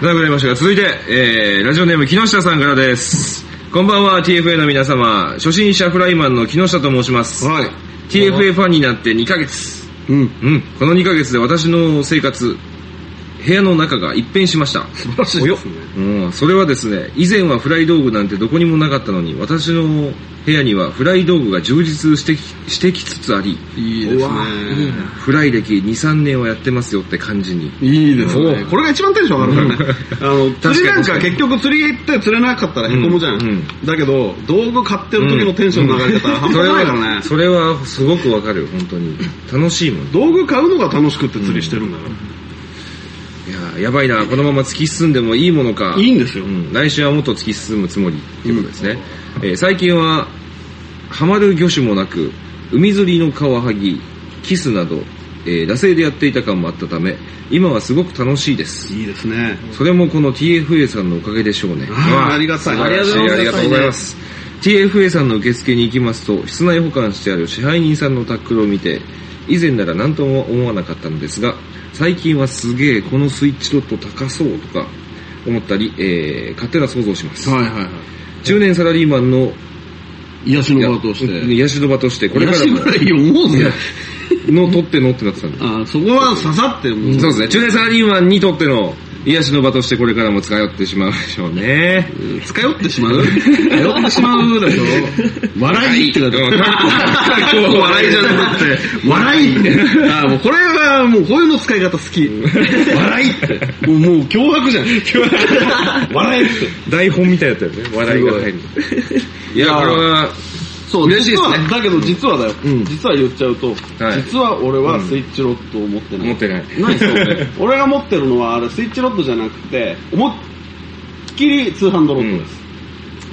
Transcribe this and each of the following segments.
長くなりましたが、続いて、えー、ラジオネーム木下さんからです。こんばんは、TFA の皆様。初心者フライマンの木下と申します。はい TFA ファンになって2ヶ月。うんうん、この2ヶ月で私の生活、部屋の中が一変しました。素晴らしいですねうん、それはですね、以前はフライ道具なんてどこにもなかったのに、私の部屋にはフライ道具が充実してきしてきつつあり、いいですねフライ歴2、3年はやってますよって感じに。いいですねおこれが一番テンション上がるからねあ の釣りなん確かかに結局釣り行って釣れなかったらへこむじゃん、うんうんだけど道具買ってる時のテンションの上がり方は半 そ端れないからねは、それはすごくわかるよ、本当に。楽しいもん。道具買うのが楽しくって釣りしてるんだから、いや、やばいな、このまま突き進んでもいいものか。いいんですよ、うん、来週はもっと突き進むつもりということですね、えー最近はハマる魚種もなく海釣りのカワハギキスなど、えー惰性でやっていた感もあったため今はすごく楽しいですいいですねそれもこの TFA さんのおかげでしょうねあーわあありがたい素晴らしあありりががととううござございいまます TFA さんの受付に行きますと室内保管してある支配人さんのタックルを見て以前なら何とも思わなかったのですが最近はすげえこのスイッチドット高そうとか思ったり、えー勝手な想像します、はいはいは中年サラリーマンのい癒しやの場としてヤシの場としてこれ癒かしらもぐらい思ういぜやの取ってのってなってたんであそこは刺さってもうそうですね中年サラリーマンにとっての癒しの場としてこれからも使い合ってしまうでしょうね使い寄ってしまう使い寄ってしまうだしょ笑いってだうんかっここう笑いじゃなくて、笑いって。ああ、もうこれはもうこういうの使い方好き。笑いって。もうもう脅迫じゃん。笑いって。台本みたいだったよね笑いが入るいやこれはそう、嬉しいですね実はだけど実はだよ。うん実は言っちゃうと、はい実は俺はスイッチロットを持ってない。持ってないないですよ ね。俺が持ってるのは、あれ、スイッチロッドじゃなくて、思いっきり通販ドロッドです。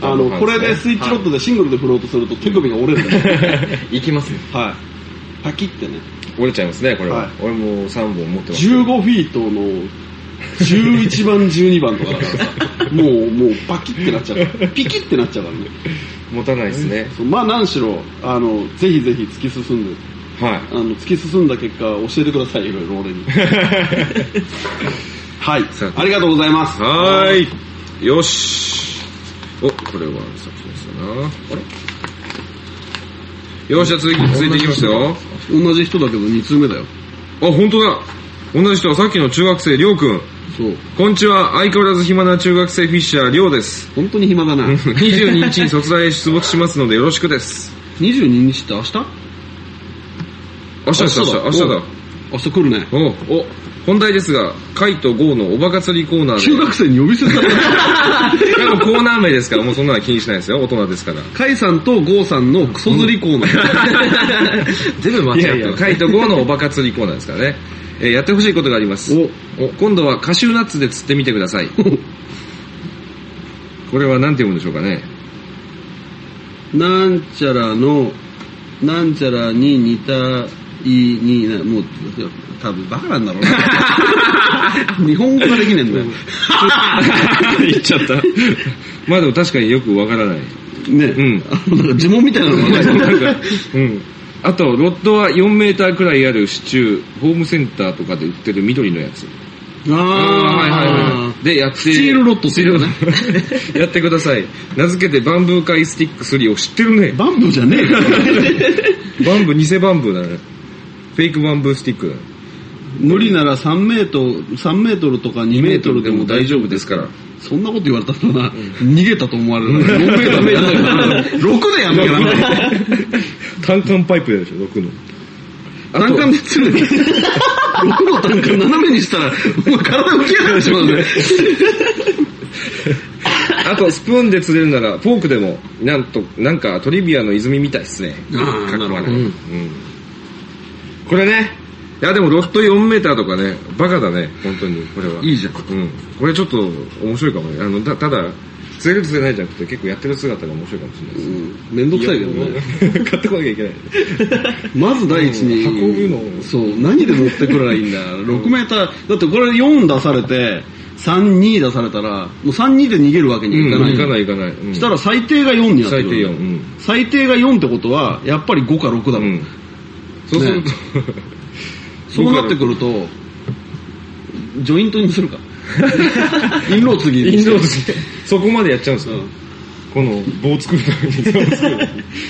あうんの、これでスイッチロッドでシングルで振ろうとすると手首が折れるんだよ。行きますね。はい。パキってね。折れちゃいますねこれは、はい俺も3本持ってます15フィートの11番、12番とかだからさ、もう、もうパキってなっちゃうから、ピキってなっちゃうからね。持たないですね、そうまあ、何しろ、あの、ぜひぜひ突き進んで、はいあの、突き進んだ結果、教えてください、いろいろ 俺に。はいさ。あありがとうございます。はーい。よし。お、これはさっきのやつだな。あれよし、じゃあ続き、続いていきますよ。あ、同じ人だけど2通目だよ。本当だ。同じ人はさっきの中学生、りょうくん。そう。こんにちは。相変わらず暇な中学生フィッシャー、りょう です。本当に暇だな。 22日に卒大へ出没しますのでよろしくです。 22日って明日明日です、明日、明日だ。お明日来るね。おお、本題ですが、カイとゴーのおバカ釣りコー ナーで。中学生に呼び捨てされた。いやもうコーナー名ですから、もうそんなの気にしないですよ。大人ですから。カイさんとゴーさんのクソ釣りコーナ ー。全部間違ってる違った。カイト5のおバカ釣りコーナーですからね。えーやってほしいことがあります。お今度はカシューナッツで釣ってみてください。これは何て読むんでしょうかね。なんちゃらの、なんちゃらに似た、いにな、もう、多分バカなんだ ろうな。日本語ができねえんだよ。 言っちゃった。まあでも確かによくわ からない。ねうんあのなんか呪文みたいなのがないなんか、うん。あと、ロッドは4メーターくらいある支柱、ホームセンターとかで売ってる緑のやつ。あはいはいはい。で、や って。スチールロットスチールロットやってください。名付けてバンブー界スティック3を知ってるね。バンブーじゃねえから。 バンブー、偽バンブーだね。フェイクバンブースティックだね。無理なら3メートル、三メートルとか2メートルでも大丈夫です。すから。そんなこと言われたらな、逃げたと思われるな。4メートルでやんなきゃダメだ6でやんなきゃダメだよ。単管パイプでしょ、6の。あ単と管で釣るんだけど、6の単管斜めにしたら、もう体浮き上がってしまうね。あと、スプーンで釣れるなら、フォークでも、なんと、なんかトリビアの泉みたいですね。あーかっこ悪いなるほどうんこれね、いやでもロット4メーターとかね、バカだね、本当に、これは。いいじゃん。うん。これちょっと面白いかもね。あの、たただ、釣れる釣れないじゃなくて、結構やってる姿が面白いかもしれないでうんめんどくさいけどね。す。 買ってこなきゃいけない。まず第一に、うん運ぶのそう、何で持ってくればいいんだ。6メーター、だってこれ4出されて、3、2出されたら、もう3、2で逃げるわけにはいかない。いかないいかない。うんしたら最低が4になって最低くる。 4。うん。最低が4ってことは、やっぱり5か6だもん。うん。そうすると、 そうなってくると、ジョイントにするか。インロー次インドーズそこまでやっちゃうんですうよ。んこの棒作るために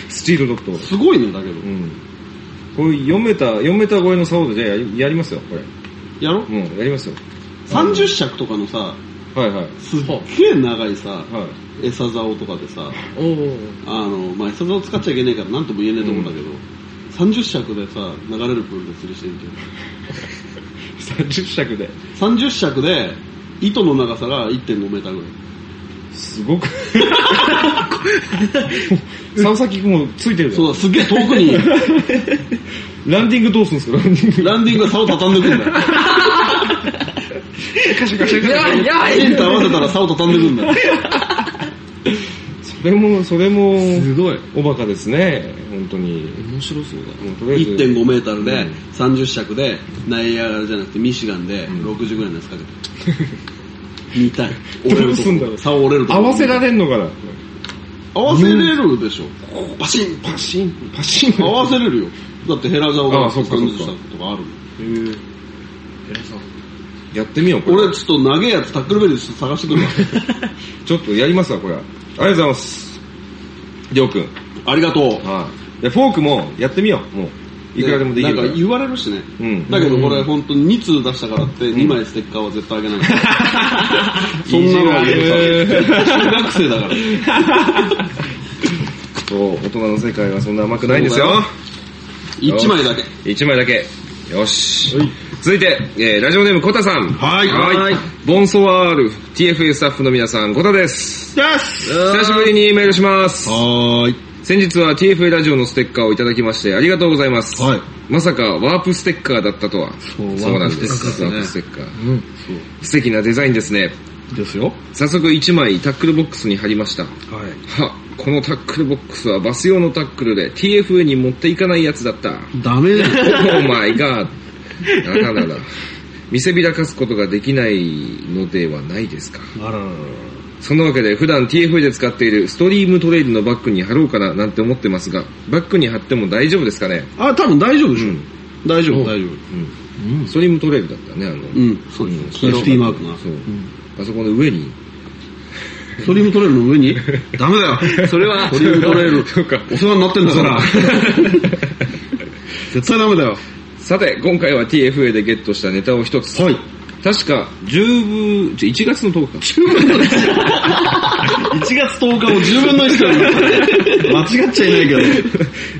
スチールドットを。すごいね、だけどう。ん。これ4メーター、4メーター超えの竿でじゃあやりやりますよ、これ。やろうん、やりますよ。 ?30 尺とかのさ、はいはい。すっげえ長いさ、はい。餌竿とかでさ、おー あの、まあ、餌竿使っちゃいけないからなんとも言えねえと思うんだけど、30尺でさ、流れるプールで釣りしてみてよ。 30尺で。 30尺で、糸の長さが1.5メーターぐらい。すごく。 竿先もうついてるじゃんそうだ、すっげえ遠くに、ランディングどうするんですかランディング。ランディングが竿畳んでくんだよ。カシャカシャカシャやいやエンいと合わせたら竿畳んでくんだよ。それも、それも、すごい。おバカですね。本当に。面白そうだ。もうとりあえず1.5メーターでうん、 30尺で、ナイアガラじゃなくてミシガンで、60ぐらいのやつかけて。 見たい。折れどるうとすんだろこ。う竿折れるとこ合わせられんのかな合わせれるでしょ。パシンパシン、パシン。合わせれるよ。だってヘラジャオあがあそっかそっか30尺とかあるもん。へぇ。偉そう。やってみよう、これ。俺ちょっと長えやつタックルベルでちょっと探してくる ちょっとやりますわ、これ。ありがとうございます。りょうくん。わ。ありがとう。はい。で、フォークもやってみよう、もう。いくらでもできるかなら。んか言われるしね。うんだけどこれ本当に2通出したからって2枚ステッカーは絶対あげない。そん意な地のは悪い許さない中学生だから。そう、大人の世界はそんな甘くないんですよ。 1枚だけ。一枚だけ。よし。続いて、えーラジオネーム、コタさん。はいははいい。ボンソワール、TFA スタッフの皆さん、コタです。よし久しぶりにメールします。はーい。先日は TFA ラジオのステッカーをいただきまして、ありがとうございます。はいまさか、ワープステッカーだったとは。そうなんです。ワワーーププスステッカー。うん。素敵なデザインですね。そう。ですよ。早速1枚タックルボックスに貼りました。はい。は、このタックルボックスはバス用のタックルで TFA に持っていかないやつだ った。ダメだよ。オーマイガー。ならなら。見せびらかすことができないのではないですか。あらららら。そんなわけで普段 TFA で使っているストリームトレイルのバッグに貼ろうかななんて思ってますが、バッグに貼っても大丈夫ですかねあ、多分大丈夫でしょ。大丈お夫、大丈夫。うん。ストリームトレイルだったね、あの。うん、そうです。黄色いマークな。そう。あそこの上に。ストリームトレールの上にダメだよ。それは、ストリームトレール。そうか。お世話になってんだから。絶対ダメだよ。さて、今回は TFA でゲットしたネタを一つ。はい。確か、10分、ちょ1月の10日。 1月10日を10分の1だよ。間違っちゃいないけど。 1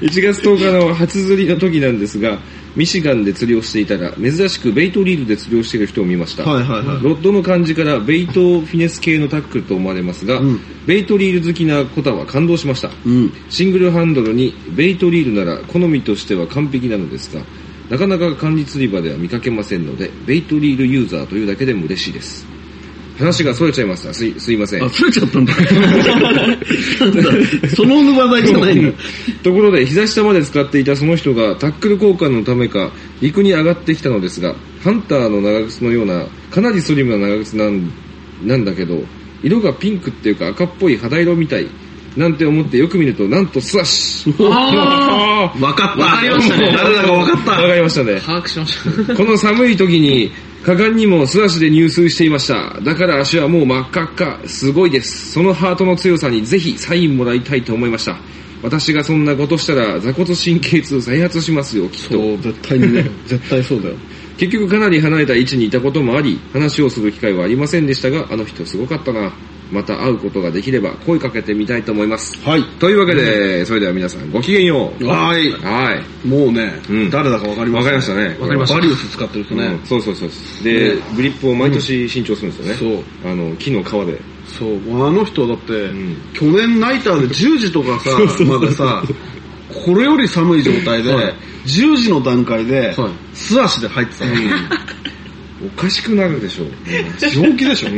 月10日の初釣りの時なんですが、ミシガンで釣りをしていたら、珍しくベイトリールで釣りをしている人を見ました。はいはいはいロッドの感じからベイトフィネス系のタックルと思われますが、うんベイトリール好きなコタは感動しました。うん。シングルハンドルにベイトリールなら好みとしては完璧なのですが、なかなか管理釣り場では見かけませんので、ベイトリールユーザーというだけでも嬉しいです。話が逸れちゃいました。すい、すいません。釣れちゃったんだ。その話題じゃないの。 ところで、膝下まで使っていたその人がタックル交換のためか陸に上がってきたのですが、ハンターの長靴のような、かなりスリムな長靴なんなんだけど、色がピンクっていうか赤っぽい肌色みたい。なんて思ってよく見ると、なんとスラッシュあ わかった。わかりましたね誰だかわかっわかりましたね。把握しました。この寒い時に、果敢にも素足で入水していました。だから足はもう真っ赤っか。すごいです。そのハートの強さにぜひサインもらいたいと思いました。私がそんなことしたら、座骨神経痛再発しますよ、きっと。そう、絶対にね。絶対そうだよ。結局かなり離れた位置にいたこともあり、話をする機会はありませんでしたが、あの人すごかったな。また会うことができれば声かけてみたいと思います。た。はい。というわけで、それでは皆さんごきげんよう。はい。はい。もうね、うん誰だかわかりまわした、かりましたね。わかりましたバリウス使ってる人ね。うんそうそうそうそう。で、ねグリップを毎年新調するんですよね。あの、木の皮で。そう。そう。あの人だって、ん去年ナイターで10時とかさ、までさ、これより寒い状態で、はい10時の段階で、はい素足で入ってたの。おかしくなるでしょう。 正気でしょう。ん。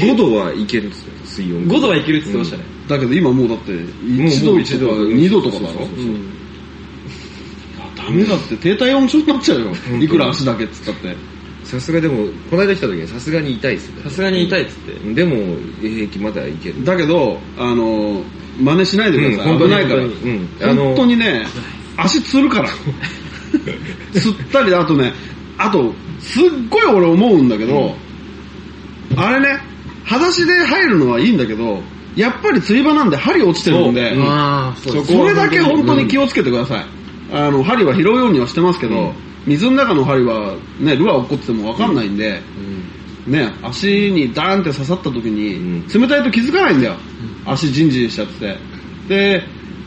5度はいけるんですよ、水温。 5度はいけるって言ってましたね。。だけど今もうだって、1も度う1度もう2度とかだそうろそうそううんダメだって、低体温症になっちゃうよ当。にいくら足だけっつったって。さすがでも、この間来た時にさすがに痛いですねさ。すがに痛いっつって。でも、平気まだいける。だけど、あの、真似しないでください。うん危ないから。本当にうん本当にね、足つるから。つったり、あとね、あと、すっごい俺思うんだけど、裸足で入るのはいいんだけど、やっぱり釣り場なんで針落ちてるんで、ああ、そそうですれだけ本当に気をつけてください。あの、針は拾うようにはしてますけど、水の中の針はね、ルアー落っこっててもわかんないんで、ね、足にダーンって刺さった時に、冷たいと気づかないんだよ。足ジンジンしちゃってて。で、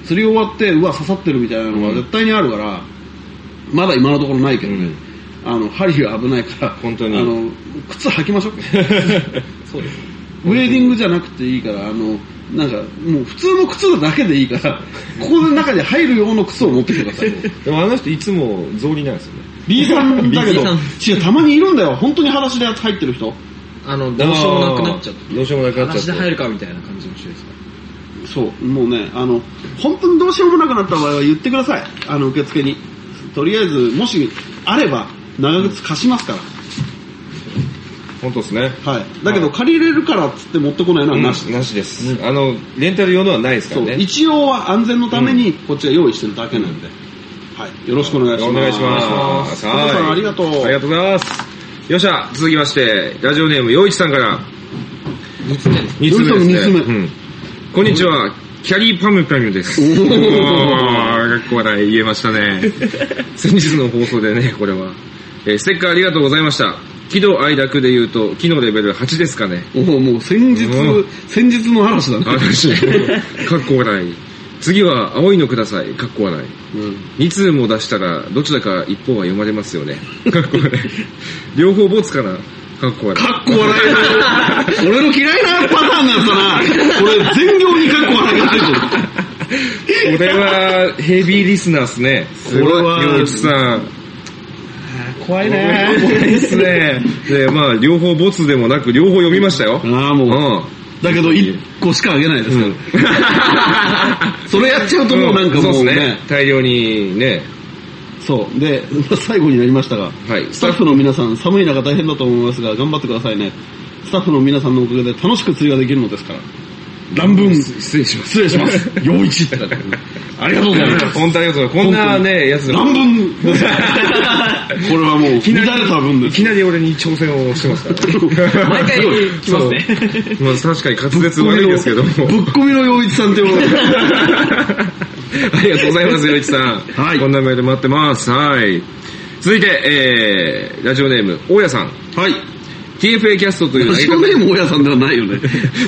釣り終わって、うわ、刺さってるみたいなのは絶対にあるから、まだ今のところないけどね。あの、針が危ないから、本当にあの、靴履きましょう。そうです。ウェーディングじゃなくていいから、あの、なんか、もう普通の靴だけでいいから、ここの中に入る用の靴を持ってきてください。 でもあの人いつも草履なんですよね。 B さんだけど B さん、違う、たまにいるんだよ。本当に裸足で入ってる人。あの、どうしようもなくなっちゃっどうしようもなくて。なっちゃって。話で入るかみたいな感じの人ですかそう、もうね、あの、本当にどうしようもなくなった場合は言ってください。あの、受付に。とりあえず、もし、あれば、長靴貸しますから。本当ですね。はい。だけど、借りれるからっつって持ってこないのはななしし、なしです。あの、レンタル用のはないですかそらう、ね。一応は安全のために、こっちが用意してるだけなんで。はい。よろしくお願いします。お願いします。お願いしますお父さん、はいありがとう。ありがとうございます。よっしゃ、続きまして、ラジオネーム、陽一さんから、二つ目です。 2つ目です、ね。陽一さんの二つ目うんこんにちは、キャリーパムパムです。おー、かっこ笑い言えました ね。先日の放送でね、これは。えーステッカーありがとうございました。喜怒哀楽で言うと、木のレベル8ですかね。 おおもう先日う、先日の嵐だね。嵐、かっこ笑い。次は、青いのください、かっこ笑い。うん。 2通も出したら、どちらか一方は読まれますよね。 かっこ悪い。両方ボツかなかっこ悪い。かっこ笑い。俺の嫌いなパターンなんだな。俺、全業にかっこ笑いが入ってる。これは、ヘビーリスナーっすね。これは洋一さん。怖い怖いっすね。で、まあ、両方ボツでもなく、両方読みましたよ。ああ、うもう。ん。だけど、一個しかあげな いですから。それやっちゃうともうなんかそもっすうねね。。大量にね。そう。で、 最後になりましたが、はい。スタッフの皆さん、寒い中大変だと思いますが、頑張ってくださいね。スタッフの皆さんのおかげで楽しく釣りができるのですから。乱文、失礼します。失礼します。陽一って書いてあるありがとうございます。本当ありがとうございます。こんなね、やつでも何分これはもう、乱れた分でいす。きなり俺に挑戦をしてますからね。毎回来ますねそう。まあ確かに滑舌悪いですけども。ぶっ込みの陽一さんって呼ばれてるありがとうございます、よいちさん。はいこんなメール待ってます。はい。続いて、えー、ラジオネーム、大家さん。はい。 TFA キャストというラジオネーム大家さんではないよね。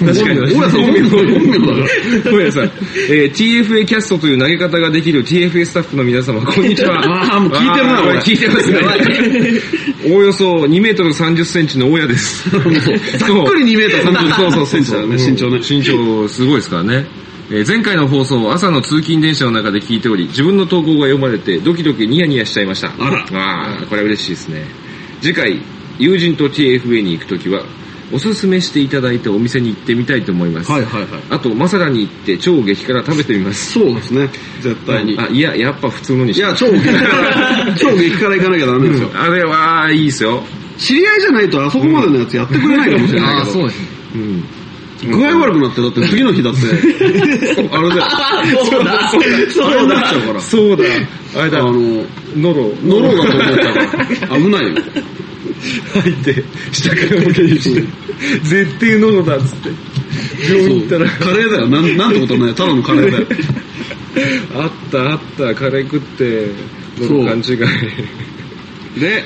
確かに大家さん本名 本名だから。大家さん。えー、TFA キャストという投げ方ができる TFA スタッフの皆様、こんにちは。 あーもう聞いてるなあーこれ聞いてますね。おおよそ2メートル30センチの大家です。ざっざっくり2メートル30そうそうそうセンチだねうん身長ね身長すごいですからね。えー前回の放送を朝の通勤電車の中で聞いており、自分の投稿が読まれてドキドキニヤニヤしちゃいました。あらあーこれは嬉しいですね。次回、友人と TFA に行くときは、おすすめしていただいたお店に行ってみたいと思います。はいはいはい。あと、マサラに行って超激辛食べてみます。そうですね。絶対に。いあ、いや、やっぱ普通のにしや、 超激辛、超激辛行かなきゃダメですよ。あれは、いいですよ。知り合いじゃないとあそこまでのやつやってくれないかもしれないけど。ですね。うん。具合悪くなって、だって次の日 だって、あれだよ。 そうだ、そうなっちゃうから。そうだ。あれだあ、の、ノロ。ノロだと思ったから、危ないよ。入って、下から向けに して、絶対ノロだっつって。病院行ったら、カレーだよ。なん、なんてことない。ただのカレーだよ。 あったあった、カレー食って、ノロ勘違い。で、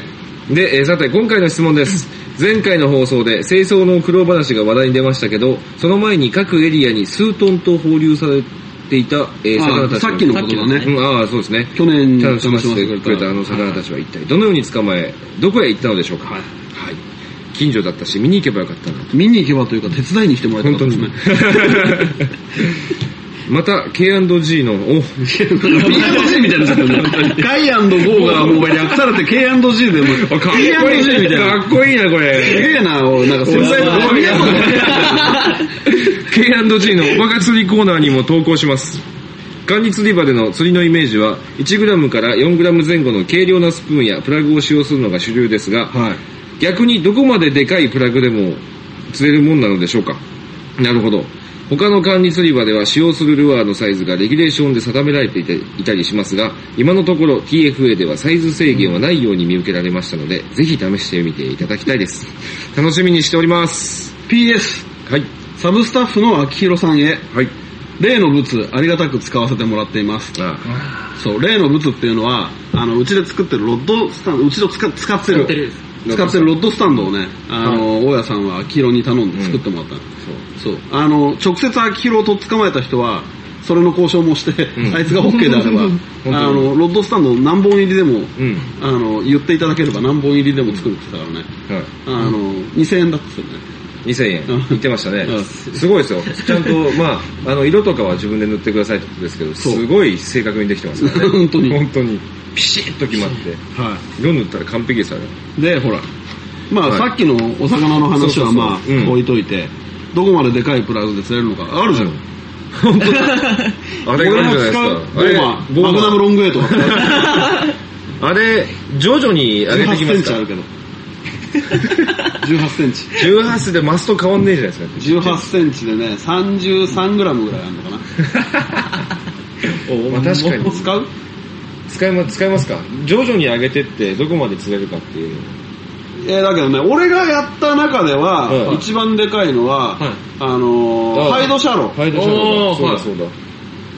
で、えーさて、今回の質問です。前回の放送で清掃の苦労話が話題に出ましたけど、その前に各エリアに数トンと放流されていた、えー魚あたちさっきのことだね。うん、ああ、そうですね。去年楽しませて楽しくれたあの魚たちは一体どのように捕まえ、どこへ行ったのでしょうか。はい。近所だったし、見に行けばよかったなと。見に行けばというか手伝いに来てもらえた本か当らで にすね。。また、K&G の、お、 P&G みたいになっちゃったね。ガイゴーがもう略されて K&G でもう、かっこい P&G みい。たいかな。っこいいな、こすれ。げえな、おいなんおか財布どう見えんの K&G のおバカ釣りコーナーにも投稿します。管理釣り場での釣りのイメージは 1g から 4g 前後の軽量なスプーンやプラグを使用するのが主流ですが、はい。逆にどこまででかいプラグでも釣れるもんなのでしょうかなるほど。他の管理釣り場では使用するルアーのサイズがレギュレーションで定められていていたりしますが、今のところ TFA ではサイズ制限はないように見受けられましたので、ぜひ試してみていただきたいです。楽しみにしております。 PS、はい。サブスタッフの秋広さんへ、はい。例のブツありがたく使わせてもらっています。あそう、例のブツっていうのは、あの、うちで作ってるロッドスタンド、うちで使使って使るってる。使ってるロッドスタンドをね、あの、大家さんは秋広に頼んで作ってもらったの、そう。あの、直接秋広と捕まえた人は、それの交渉もして、うんあいつが OK であれ ば、当にあの、ロッドスタンド何本入りでも、うん。あの、言っていただければ何本入りでも作るって言ってたからね。はい。あの、2000円だって言ってたね。 2000円。言ってましたねうん。すごいですよ。ちゃんと、まあ、あの、色とかは自分で塗ってくださいってことですけど、そうすごい正確にできてますからね。 本当に。本当に。ピシッと決まって。は色塗ったら完璧ですよね。い。で、ほら、まあ、はいさっきのお魚の話はまあ、そうそうそううん置いといて、どこまででかいプラグで釣れるのか、あるじゃん。あれがあるじゃないですか。俺が使うボーマー、マグナムロングウェイとか、 ムあれ、徐々に上げて18きまセンすかチあらる。けど。18センチ。 18センチでマスト変わんねえじゃないですか。 18センチでね、33グラムぐらいある のかな。まあ確かに。使う使いま、使いますか徐々に上げてって、どこまで釣れるかっていうのをえーだけどね、俺がやった中では、うん一番でかいのは、はいあのーああハイドシャロー。ハイドシャドおウーだ。そうはいだそうだ。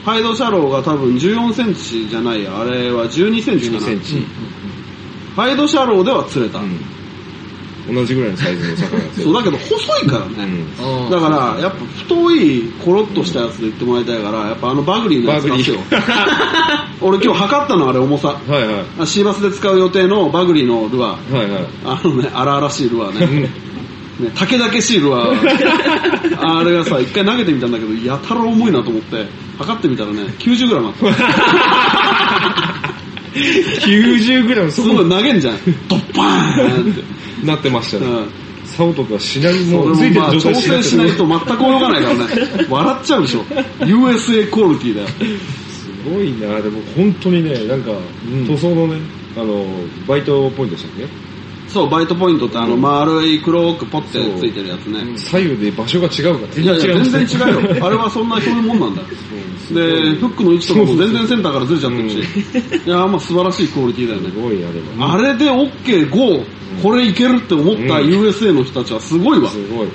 ハイドシャローが多分14センチじゃないや、あれは12センチか12なセ。ンチ。ハイドシャローでは釣れた。うん。同じぐらいのサイズの魚が釣それう、だけど細いからる。うね。ん。だだから、やっぱ太い、コロッとしたやつで言ってもらいたいから、やっぱあのバグリーのやつ出すよ バ。俺今日測ったのあれ重さ。はいはい。あシーバスで使う予定のバグリーのルアー。はいはい。あのね、荒々しいルアーうんね。ね、竹だけシールは、あれがさ、一回投げてみたんだけど、やたら重いなと思って、測ってみたらね、90g あった。 90g すそごうい投げんじゃん。ドッパーンって。なってましたうね。ん竿とかしなりそもれついてもまある状挑態しなく戦しないと全く泳がないからね。笑っちゃうでしょ。USA クオリティだよ。すごいなでも本当にね、なんか、塗装のね、あの、バイトポイントでしたっけそう、バイトポイントってあの丸い黒くポッてついてるやつね。左右で場所が違うからいやいや、んですね全然違う よ。あれはそんなそういうもんなんだ。で、フックの位置とかも全然センターからずれちゃってるし。いや、まあ素晴らしいクオリティだよねす。ごいなでも。あれで OK5、これいけるって思った USA の人たちはすごいわ。すごい。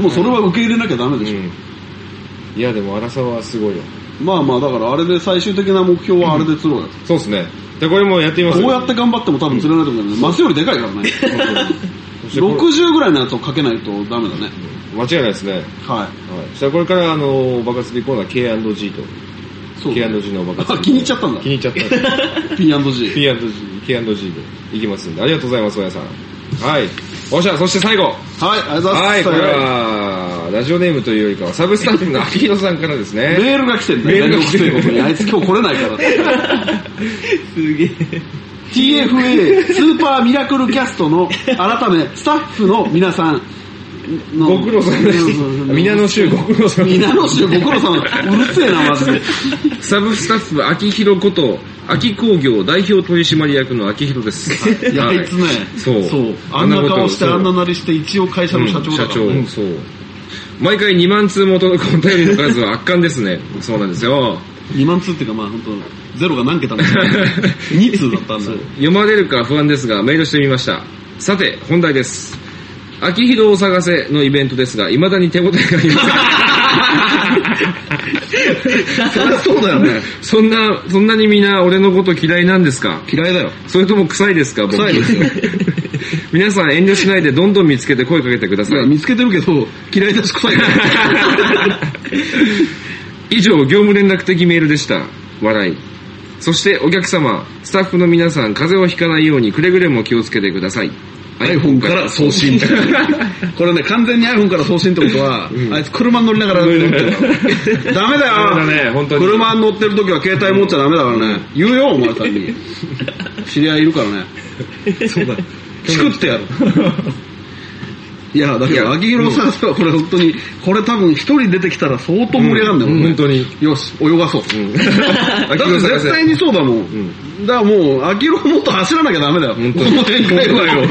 もうそれは受け入れなきゃダメでしょ。いや、でも荒さはすごいよ。まあまあ、だからあれで最終的な目標はあれで釣ろうよ。そうですね。じゃあこれもやってみますこうやって頑張っても多分釣れないと思うけどね。マスよりでかいからね。 そしてこれ60ぐらいのやつをかけないとダメだね。間違いないですね。はい。はい。そしたらこれから、あの、爆発日コーナー K&G と、そうだね。 K&G の爆あ、発気に入っちゃったんだ気。に入っちゃったんで。 P&G。 P&G、K&G で行きますんで、ありがとうございます、親さん。はい。おっしゃ、そして最後。はい、ありがとうございます。はい、これは、ラジオネームというよりかは、サブスタッフの秋広さんからですね。メールが来てんだメールが来てるることに。あいつ今日来れないからって。すげえ。 TFA スーパーミラクルキャストの、改め、スタッフの皆さんの。ご苦労さんです。皆の衆ご苦労さんです皆の衆、ご苦労さん。うるせえな、マジで。サブスタッフ、秋広こと、秋工業代表取締役の秋広です。 いや、あいつね、そう。あんな顔して、ことあんななりして、一応会社の社長だからね。うん社長そう。毎回2万通も届くお便りの数は圧巻ですね。そうなんですよ。 2万通っていうか、まあ本当ゼロが何桁なんだ2通だったんだよ。読まれるか不安ですが、メールしてみました。さて、本題です。秋広を探せのイベントですが、未だに手応えがあ りません。そりゃそうだよね。そんな、そんなにみんな俺のこと嫌いなんですか嫌いだよ。それとも臭いですか僕臭いですよ 皆さん遠慮しないでどんどん見つけて声かけてください。見つけてるけど、嫌いだし臭いから。以上、業務連絡的メールでした。笑い。そしてお客様、スタッフの皆さん、風邪をひかないようにくれぐれも気をつけてください。 iPhone から送信。 これね、完全に iPhone から送信ってことは、あいつ車に乗りながら乗ってる から。ダメだよダメだね本当に車に乗ってる時は携帯持っちゃダメだからね。言うよ、お前さんに。 知り合いいるからね。そうだチクってやる。いや、だけど、秋広さんはこれ本当に、これ多分一人出てきたら相当盛り上がるんだもんね。本当に。よし、泳がそう。 だって絶対にそうだもん。だからもう、アキロもっと走らなきゃダメだよ。本当にこの展開はよ。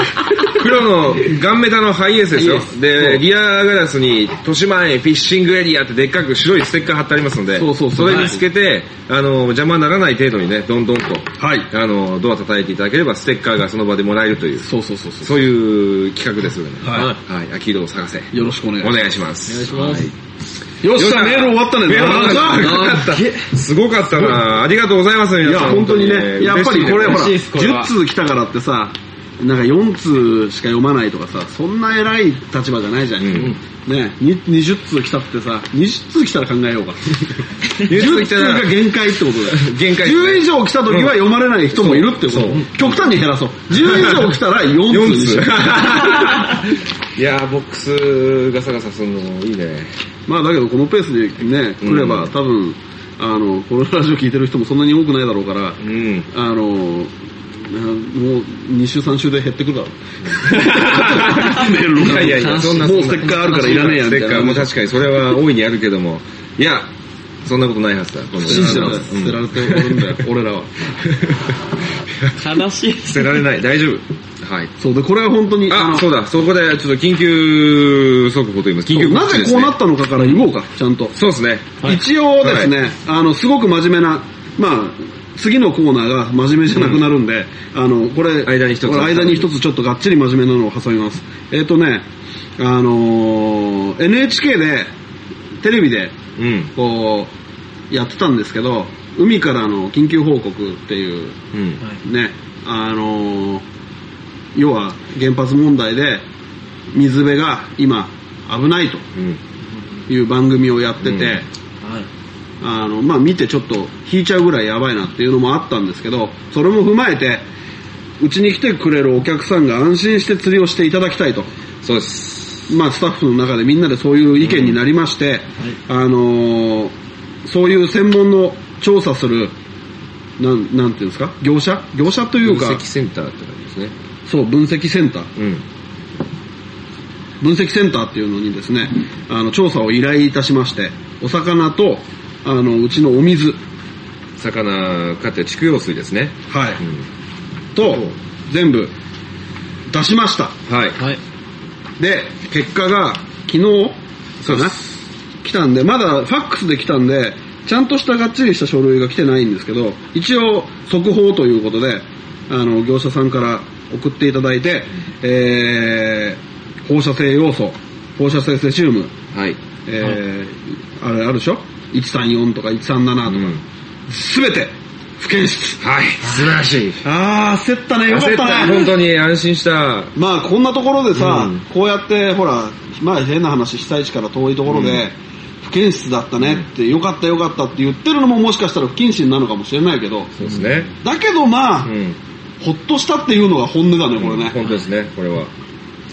黒のガンメタのハイエースですよハイエー。スそで、うギアガラスに、豊島園フィッシングエリアってでっかく白いステッカー貼ってありますので、そうそうそうれ見つけて、あの、邪魔にならない程度にね、どんどんと、はい。あの、ドア叩いていただければ、ステッカーがその場でもらえるという、そうそうそうそう。そういう企画ですよね。はい。ははい、アキードを探せ。よろしくお願いしおま願いします。お願いしますはいす。よっしゃ、メール終わったね。メール終わった長い長かった。すごかったなありがとうございます、い皆や、さん。本当にね、やっぱりこれ、ほら、嬉しいですこれは10通来たからってさ、なんか4通しか読まないとかさ、そんな偉い立場じゃないじゃん。うんね、に20通来たってさ、20通来たら考えようか。通10来通たらが限界ってことだよ。限界ですね10以上来た時は読まれない人もいるってことそうそう。極端に減らそう。10以上来たら4通に しよう。いやーボックスガサガサするのもいいね。まあだけどこのペースでね、来れば、うん多分、あの、このラジオ聞いてる人もそんなに多くないだろうから、うん。あの、うんもう2週3週で減ってくるだろう。メールの 数いやいやい やそんなもうステッカーあるからいらねえやスんテッカーも確かにそれは大いにあるけども。いや、そんなことないはずだ。この世信じてのな中い。うん捨てられて終わるんだよ、俺らは。悲しい。捨てられない。大丈夫。はい。そうで、これは本当に、あ、のそうだ。そこでちょっと緊急速報と言います。緊急な告知ぜです、こね。うなったのかから言おうか、ちゃんと。そうですね。一応ですね、あの、すごく真面目な、まあ、次のコーナーが真面目じゃなくなるんで、あの、これ、間に一つこれ間に一つちょっとがっちり真面目なのを挟みます。えっ、とね、あのー NHK で、テレビで、うん。こう、やってたんですけど、海からの緊急報告っていう、うん。ね、あのー要は原発問題で、水辺が今危ないとうん。いう番組をやってて、うんはい。あの、まあ、見てちょっと引いちゃうぐらいやばいなっていうのもあったんですけど、それも踏まえて、うちに来てくれるお客さんが安心して釣りをしていただきたいと、そうです。まあ、スタッフの中でみんなでそういう意見になりまして、あのーそういう専門の調査する、なん、なんていうんですか業者業者というか分、析センターって感じですね。そう、分析センター。うん。分析センターっていうのにですね、あの、調査を依頼いたしまして、お魚と、あの、うちのお水、魚、かって畜用水ですね。はい。うん。と全部出しましたはい。はい。で結果が昨日かな来たんでまだファックスで来たんでちゃんとしたがっちりした書類が来てないんですけど一応速報ということであの業者さんから送っていただいて、えー、放射性要素放射性セシウム、はい。えーあれあるでしょ134とか137とか、うんすべて不検出はい。素晴らしい。ああ焦ったねよかっ焦ったねた。本当に安心した。まあこんなところでさ、うんこうやってほら、まあ変な話、被災地から遠いところで、不検出だったねって、よかったよかったって言ってるのももしかしたら不謹慎なのかもしれないけど、そうですね。だけどまあ、うん。ほっとしたっていうのが本音だね、これね。本当ですね、これは。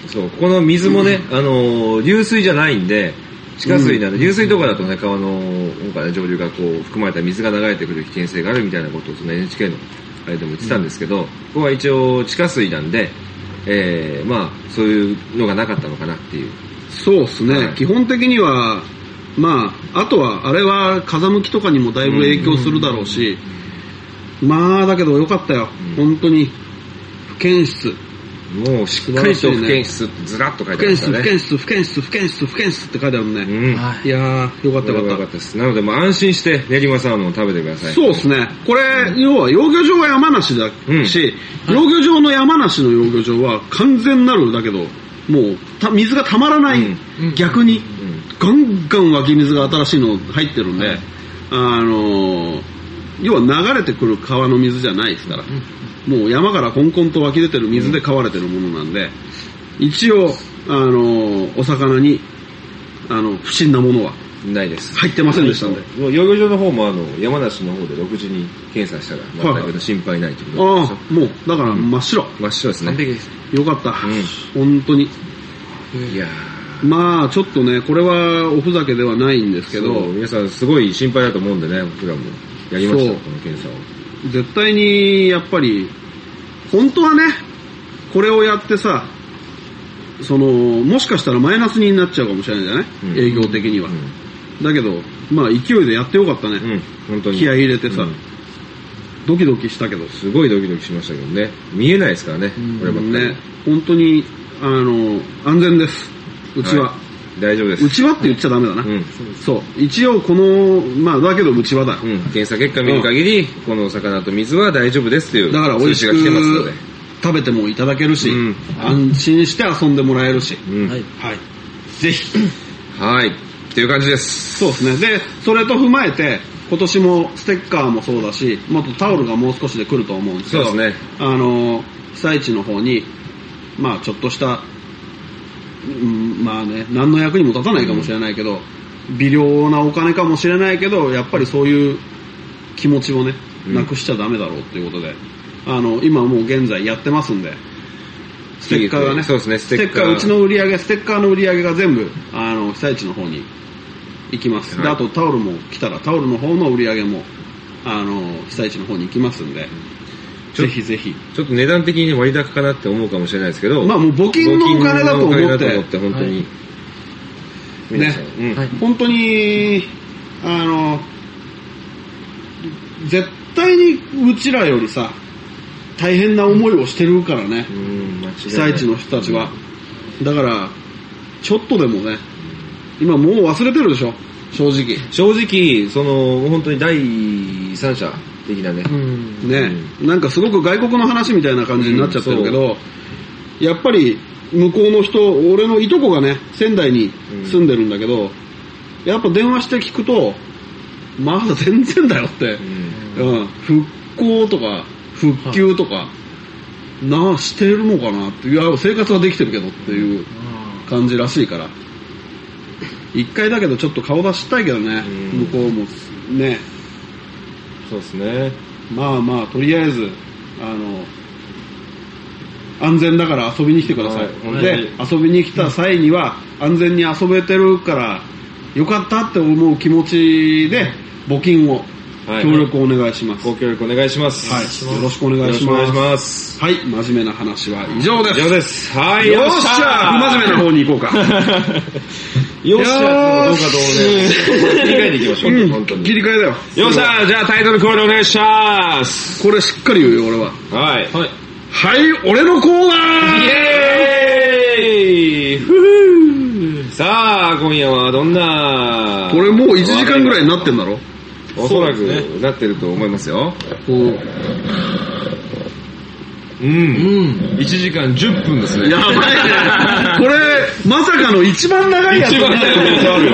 そう、ここの水もね、あのー、流水じゃないんで、地下水なんで、流水とかだとね、川の、なんかね、上流がこう、含まれた水が流れてくる危険性があるみたいなことを、その NHK の、あれでも言ってたんですけど、ここは一応、地下水なんで、えー、まあ、そういうのがなかったのかなっていう。そうですね、はい基本的には、まあ、あとは、あれは風向きとかにもだいぶ影響するだろうし、まあだけどよかったよ、うん本当に。不検出、もう、しっかり素晴と不らしいね検出、ずらっと書い不てありまし検た出、ね。不検出、不検出、不検出、不検出って書いてあるね。うん。はいいやー、よかったよよかかっ。ったたです。なので、もう安心して、練馬サーモンを食べてください。そうですね。これ、要は養魚場は山梨だし、養魚場の山梨の養魚場は完全なるだけど、もうた水がたまらない、うん逆に、うん。ガンガン湧き水が新しいの入ってるんで、はいあのー要は流れてくる川の水じゃないですから、もう山からコンコンと湧き出てる水で飼われてるものなんで、一応、あのーお魚に、あの、不審なものはないです。入ってませんでしたんで、もう養魚場の方もあの山梨の方で6時に検査したら全く心配ないということあですよあ、もう、だから真っ白。真っ白ですね。です。よかった。ん本当に。いやまあ、ちょっとね、これはおふざけではないんですーけそどう、皆さんすごい心配だと思うんでね、僕らもやりましたよ、そうこの検査を。絶対に、やっぱり、本当はね、これをやってさ、その、もしかしたらマイナスになっちゃうかもしれないじゃない、うん営業的には、うだけど、まあ、勢いでやってよかったね。ん、うん、本当に。気合い入れてさ、うんドキドキしたけど、すごいドキドキしましたけどね。見えないですからね、こればっかりね、本当に、あの、安全です。うちは。い大丈夫です。うちはって言っちゃダメだな。うん。そう。一応この、まあだけどうちはだ。うん、検査結果見る限り、このお魚と水は大丈夫ですというだから美味し数字が来てますのくで。食べてもいただけるし、うん安心して遊んでもらえるし、うんはい。はい。ぜひ。はい。っていう感じです。そうですね。で、それと踏まえて、今年もステッカーもそうだし、まあ、あとタオルがもう少しで来ると思うんですけど、そうですねあの、被災地の方に、まあ、ちょっとした、うんまあね、何の役にも立たないかもしれないけど、微量なお金かもしれないけど、やっぱりそういう気持ちをね、うんなくしちゃダメだろうということで、あの、今もう現在やってますんで、ステッカーがね、そうですねスステテッッカカーーうちの売り上げ、ステッカーの売り上げが全部、あの、被災地の方に行きます。で、はいあとタオルも来たら、タオルの方の売り上げも、あの、被災地の方に行きますんで、ちょぜひぜひ。ちょっと値段的に割高かなって思うかもしれないですけど、まあもう募金のお金だ募金との思お金だっ、と思ってて、本当に。はい皆さんねうんはい本当に、あの、絶対にうちらよりさ、大変な思いをしてるからね、うん間違いない被災地の人たちは。だから、ちょっとでもね、今もう忘れてるでしょ、正直。正直、その、本当に第三者的なね、うん。ね、なんかすごく外国の話みたいな感じになっちゃってるけど、やっぱり向こうの人、俺のいとこがね、仙台に住んでるんだけど、やっぱ電話して聞くと、まだ全然だよって、うん、復興とか、復旧とか、なあ、してるのかなって、いや、生活はできてるけどっていうあ感じらしいから、一回だけどちょっと顔出したいけどね、うん向こうもね、そうですね。まあまあ、とりあえず、あの、安全だから遊びに来てください。はいで、遊びに来た際には、安全に遊べてるから、よかったって思う気持ちで、募金を、はい協力をお願いします。ごは協力お願いします。い、よろしくお願いしよろします。くお願いします。はい、真面目な話は以上です。以上です。はい、よっしゃ不真面目な方に行こうか。よっしゃどうかどうね。切り替えていきましょう、本当切に。り替えだよ。よっしゃじゃあタイトルコールお願いします。これしっかり言うよ、俺は。はい。はい。はい、俺のコーナーイエーイふふさあ、今夜はどんなこれもう1時間ぐらいになってんだろおそらくなってると思いますよ。う。うんん。 1時間10分ですね。や ばいね。これ、まさかの一番長いやつ一番あるよ。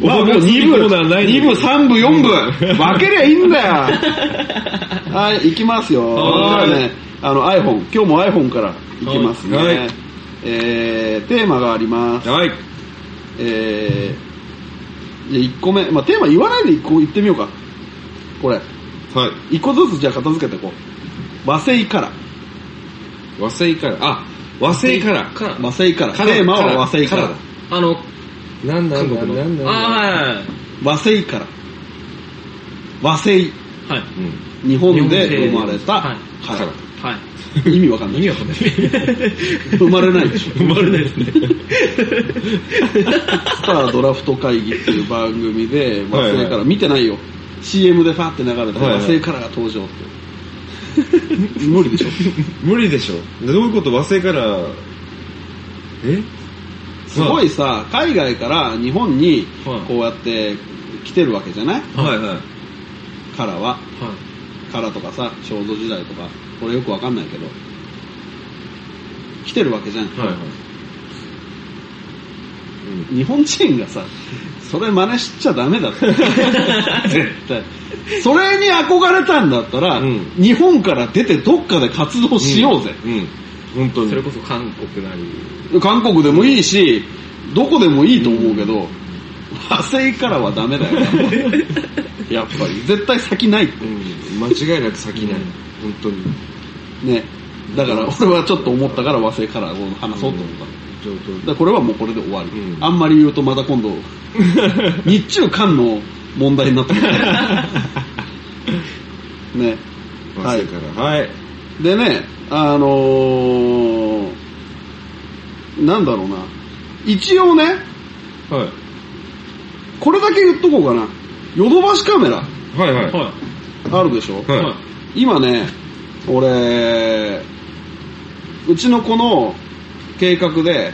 まあもう2部、コーナーないのに2部、3部、4部。分けりゃいいん だよ。はい、行きますよ。はーいじゃあね、あの iPhone、今日も iPhone から行きますね。はいはいえー、テーマがあります。はい。えー、じゃ1個目。まあテーマ言わないで1個言ってみようか。これ。はい。 1個ずつじゃあ片付けてこう。和製から。和製から。あ、和製から。から和製から。テーマは和製から。だあの、なんだなんだ韓国のなんだあ和製から。和製。あ、はい。はい。うん。日本で生まれたはいから。はい。意味わかんない。意味わかんない。生まれないでしょ。生まれないですね。スタードラフト会議っていう番組で、和はい製から、見てないよ。CM でファーって流れて、はいはい和製からが登場って。無理でしょ。無理でしょ。どういうこと和製から、えすごいさ、海外から日本にはいこうやって来てるわけじゃないはいはい。カラは。はカラとかさ、少女時代とか、これよくわかんないけど。来てるわけじゃん。はいはい。日本人がさ、それ真似しちゃダメだって。 絶対。それに憧れたんだったら、うん日本から出てどっかで活動しようぜ。うん。本当い。に。それこそ韓国なり。韓国でもいいし、どこでもいいと思うけど、派生からはダ メだよ。やっぱり。絶対先ないって。うん。間違いなく先ない。本当に。ね。だから俺はちょっと思ったから和製からを話そうと思った。上等だからこれはもうこれで終わり、うんあんまり言うとまた今度 日中間の問題になって くるね和は製から。はい。いでねあのー、なんだろうな一応ねはい。これだけ言っとこうかなヨドバシカメラはいはい。はあるでしょ、はいはい。今ね俺うちの子の計画で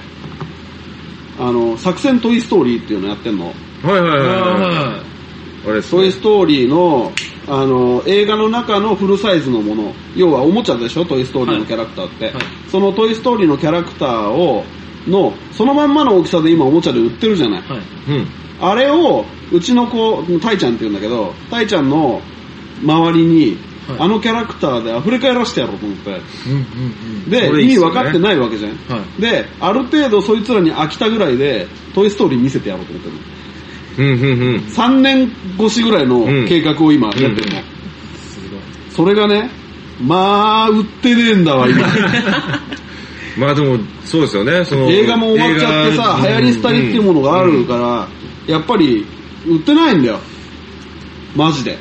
あの作戦トイ・ストーリーっていうのやってんのはいはいはいはい。はあれっすトねイ・ストーリーのあの映画の中のフルサイズのもの要はおもちゃでしょ「トイ・ストーリー」のキャラクターって、はいその「トイ・ストーリー」のキャラクターをのそのまんまの大きさで今おもちゃで売ってるじゃない、はい。うん。あれをうちの子タイちゃんって言うんだけどタイちゃんの周りに、はいあのキャラクターで溢れ返らせてやろうと思ってうんうんでそれい意いっす味よね分かってないわけじゃんうん。はい。である程度そいつらに飽きたぐらいで「トイ・ストーリー」見せてやろうと思ってるうん、うん、うん。 3年越しぐらいの計画を今やってるの、うんすごい。それがねまあ売ってねえんだわ今まあでも、そうですよね。その映画も終わっちゃってさ流行り廃りっていうものがあるから、やっぱり売ってないんだよマジで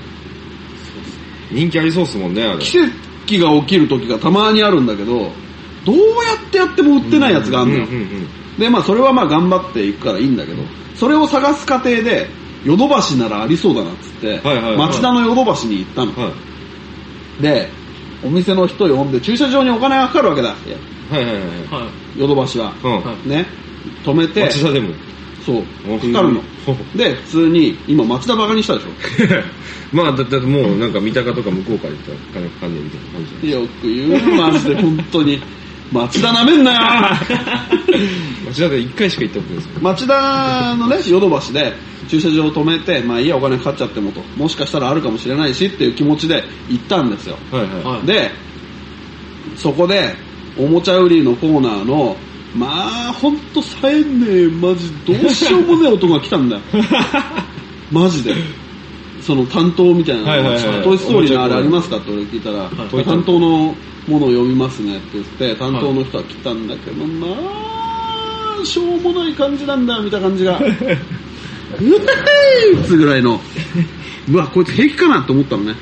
人気ありそうっすもんね、あれ。奇跡が起きる時がたまにあるんだけどどうやってやっても売ってないやつがあうんるのうんよ、でまあそれはまあ頑張っていくからいいんだけどそれを探す過程でヨドバシならありそうだなっつって、はいはいはい町田のヨドバシに行ったの、うん。はでお店の人呼んで駐車場にお金がかかるわけだいやい。はいはいはいはい。はい。ヨドバシは、うん。はいね止めて町田でも。そうおかかるのほで普通に今町田バカにしたでし まあ、だってもうなんか三鷹とか向こうから行ったら金かかんねえみたいな感じじゃょよく言うマジで本当に町田なめんなよない町田で一回しか行ったことないです町田のねヨドバシで駐車場を止めてまあいいやお金かかっちゃってもともしかしたらあるかもしれないしっていう気持ちで行ったんですよけど。はいはい。はい。でそこでおもちゃ売りのコーナーのまあほんとさえねえマジどうしようもねえ男が来たんだよ マジでその担当みたいなのがはいはいはいちょっとトイ・ストーリーのあれありますか?」って俺聞いたらはい「担当のものを読みますね」って言って担当の人は来たんだけどまあしょうもない感じなんだよ見た 感じがうえーいっつうぐらいのうわこいつ平気かなって思ったのね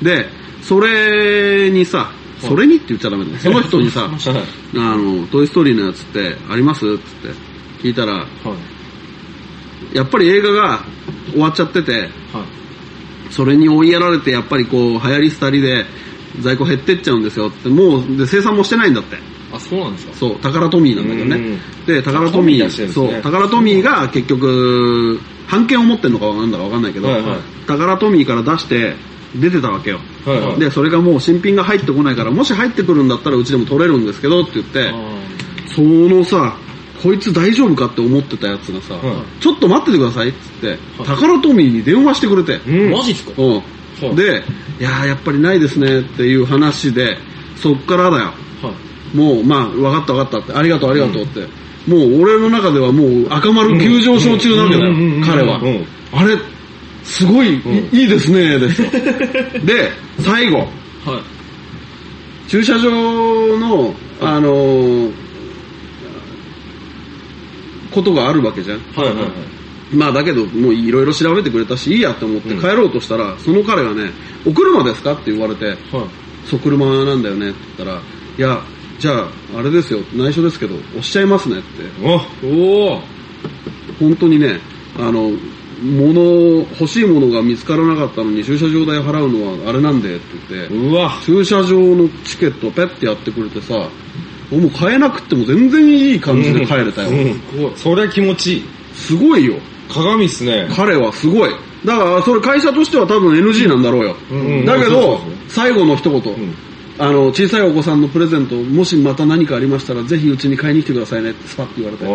でそれにさそれにって言っちゃダメだねその人 にさは「いあのトイ・ストーリーのやつってあります?」っつって聞いたらはい。やっぱり映画が終わっちゃっててはい。それに追いやられてやっぱりこう流行り廃りで在庫減ってっちゃうんですよってもうで生産もしてないんだってあ、そうなんですかそうタカラトミーなんだけどうねんでタカラトトミミーー出してるんですそねうタカラトミーが結局版権を持ってるのかなんだかわかんないけど、はいはいタカラトミーから出して出てたわけよはいはい。でそれがもう新品が入ってこないからもし入ってくるんだったらうちでも取れるんですけどって言ってあーそのさこいつ大丈夫かって思ってたやつがさ、はちょっと待っててくださいっつってタカラトミーに電話してくれて、いうんマジっすかうはん、いで、いやーやっぱりないですねっていう話で、そっからだよ。はい。もう、まあ、わかったわかったって、ありがとうありがとうって。もう俺の中ではもう赤丸急上昇中なわけだよ、うんうんうんうん彼は。うんあれ、すごい、いいいですね、で すよ。で、最後、はい。駐車場の、あのーことがあるわけじゃん。はいはいはい。まあだけど、もういろいろ調べてくれたし、いいやって思って帰ろうとしたら、その彼がね、お車ですかって言われて、はい。そう、車なんだよねって言ったら、いや、じゃあ、あれですよ、内緒ですけど、押しちゃいますねって、おおお。本当にね、あの、物を、欲しいものが見つからなかったのに駐車場代払うのはあれなんでって言って、うわ駐車場のチケットをペッてやってくれてさ、もう買えなくっても全然いい感じで帰れたよ。うんそりゃ気持ちいい。すごいよ。鏡っす ね。彼はすごい。だから、それ会社としては多分 NG なんだろうよ。うんだけそうどそうそう、最後の一言、んあの、小さいお子さんのプレゼント、もしまた何かありましたら、ぜひうちに買いに来てくださいねってスパッて言われて。わ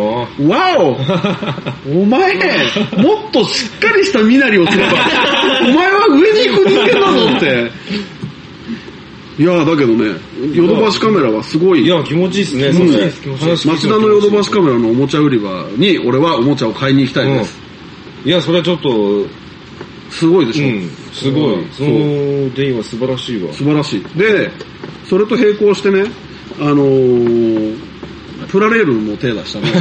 おーおお前ね、もっとしっかりした身なりをすれば、お前は上に行く人間だぞって。いやだけどね、ヨドバシカメラはすごい。いや、気持ちいいっすね、それ。話聞い町て田ものヨドバシカメラのおもちゃ売り場に、俺はおもちゃを買いに行きたいです。いや、それはちょっと、うすごいでしょ。ん、すごい。その電話素晴らし いわ。 素晴らしい。で、それと並行してね、あのープラレールも手出したね。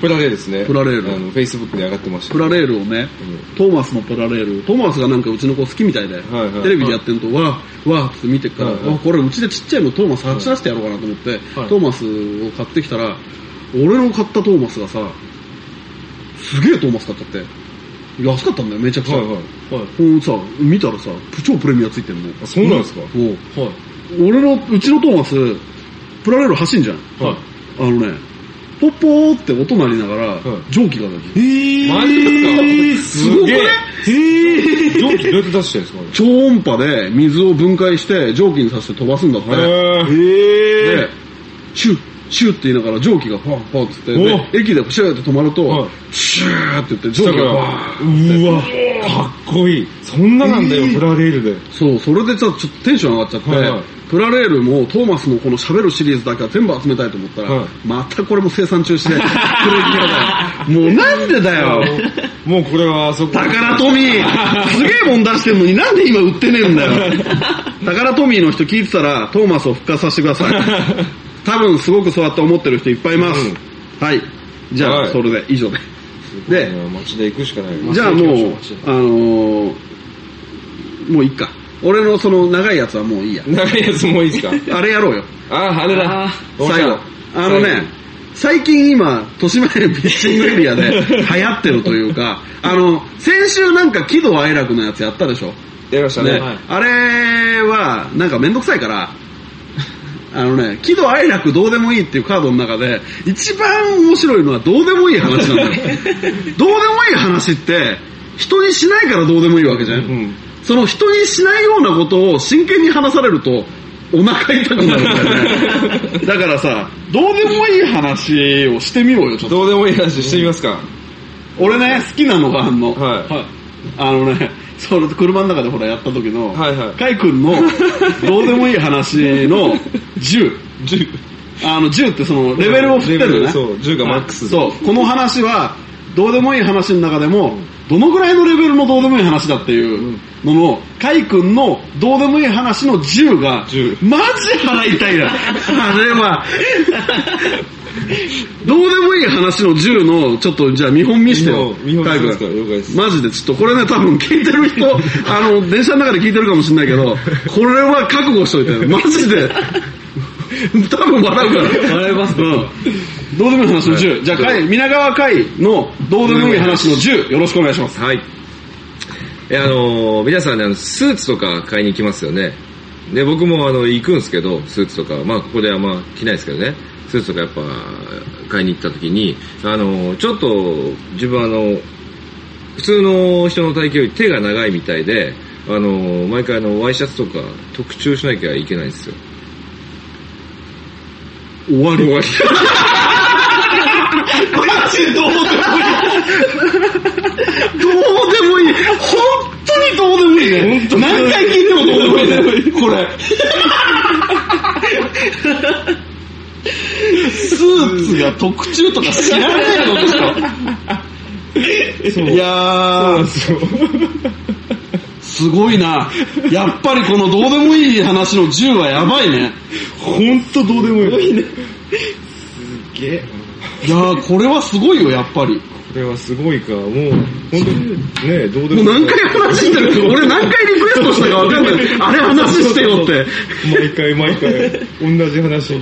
プラレーですね。プラレールあの、Facebook に上がってました。プラレールをね、トーマスのプラレール、トーマスがなんかうちの子好きみたいで、はいはいテレビでやってると、わー、わーって見てっから、はいはいあこれうちでちっちゃいのトーマス走らせてやろうかなと思って、はいトーマスを買ってきたら、俺の買ったトーマスがさ、すげえトーマス買っちゃって、安かったんだよ、めちゃくちゃ。はいはい。はい。このさ、見たらさ、超プレミアついてんの。あそうなんですかおうはい。俺の、うちのトーマス、プラレール走んじゃん。はい。あのね、ポッポーって音鳴りながら、蒸気が出てる。マジですかすごくねえ蒸気どうやって出してるんです超音波で水を分解して蒸気にさせて飛ばすんだって。かへーで、シュッ、シュッって言いながら蒸気がパンパンってって、で駅でシューって止まると、はいシューって言って蒸だ気からがパン。うわかっこいいそんななんだよプラレールでそう、それでちょっとテンション上がっちゃって、はいはいプラレールもトーマスのこの喋るシリーズだけは全部集めたいと思ったら、はいまたこれも生産中止で、黒いキャラだ よもうなんでだよもうこれはあそこ宝トミーすげえもん出してんのになんで今売ってねえんだ よ宝トミーの人聞いてたらトーマスを復活させてください 多分すごくそうやって思ってる人いっぱいいます、はいじゃあ、はいそれで以上でで街 で行くしかないじゃあもうあのー、もういっか俺のその長いやつはもういいや長いやつもういい ですかあれやろうよあー、あれだあ。最後あのね最近今、豊島園ピッチングエリアで流行ってるというか、あの、先週なんか喜怒哀楽のやつやったでしょ最後、やりましたねね。あれは、なんかめんどくさいから、 あのね、喜怒哀楽どうでもいいっていうカードの中で、一番面白いのはどうでもいい話なん だよ。どうでもいい話って、人にしないからどうでもいいわけじゃん。んその人にしないようなことを真剣に話されると、お腹痛くなるんだよ ね。だからさ、どうでもいい話をしてみようよ、ちょっと。どうでもいい話してみますか。俺ね、好きなのがあんの。はあのね、それ車の中でほらやった時の、はいはいカイ君 のどうでもいい話の10。い。銃。あの10ってそのレベルを振ってるのね。そう、銃がマックス。そう、この話は、どうでもいい話の中でも、どのぐらいのレベルのどうでもいい話だっていうのの、カイ君のどうでもいい話の10が、 10マジ腹 痛いな。あれは、 どうでもいい話の10の、ちょっとじゃあ見本見してよ。見本見カ本見イ君ますから了解ですマジで、ちょっとこれね、多分聞いてる 人、あの、電車の中で聞いてるかもしれないけど、これは覚悟しといて、マジで。多分笑うから。笑います、うん。どうでもいい話の10。じゃあ、会、皆川会のどうでもいい話の10、よろしくお願いします。はい。え、あのー、皆さんね、あのスーツとか買いに行きますよね。で、僕もあの、行くんですけど、スーツとか、まあ、ここであんま着ないですけどね。スーツとかやっぱ、買いに行った時に、あのー、ちょっと、自分あの、普通の人の体型より手が長いみたいで、あのー、毎回あの、ワイシャツとか特注しなきゃいけないんですよ。終わり。終わり。どうでもいい。本当にどうでもいいね。何回聞いてもどうでもいいね。これ。スーツが特注とか知らないのでしょ。いやー、すごいな。やっぱりこのどうでもいい話の10はやばいね。ほんとどうでもいい。いやー、これはすごいよ、やっぱり。これはすごいか、もう、本当に、ねどうでももういい何回話してる俺何回リクエストしたか分かんない。あれ話してよって。毎回毎 回、同じ話。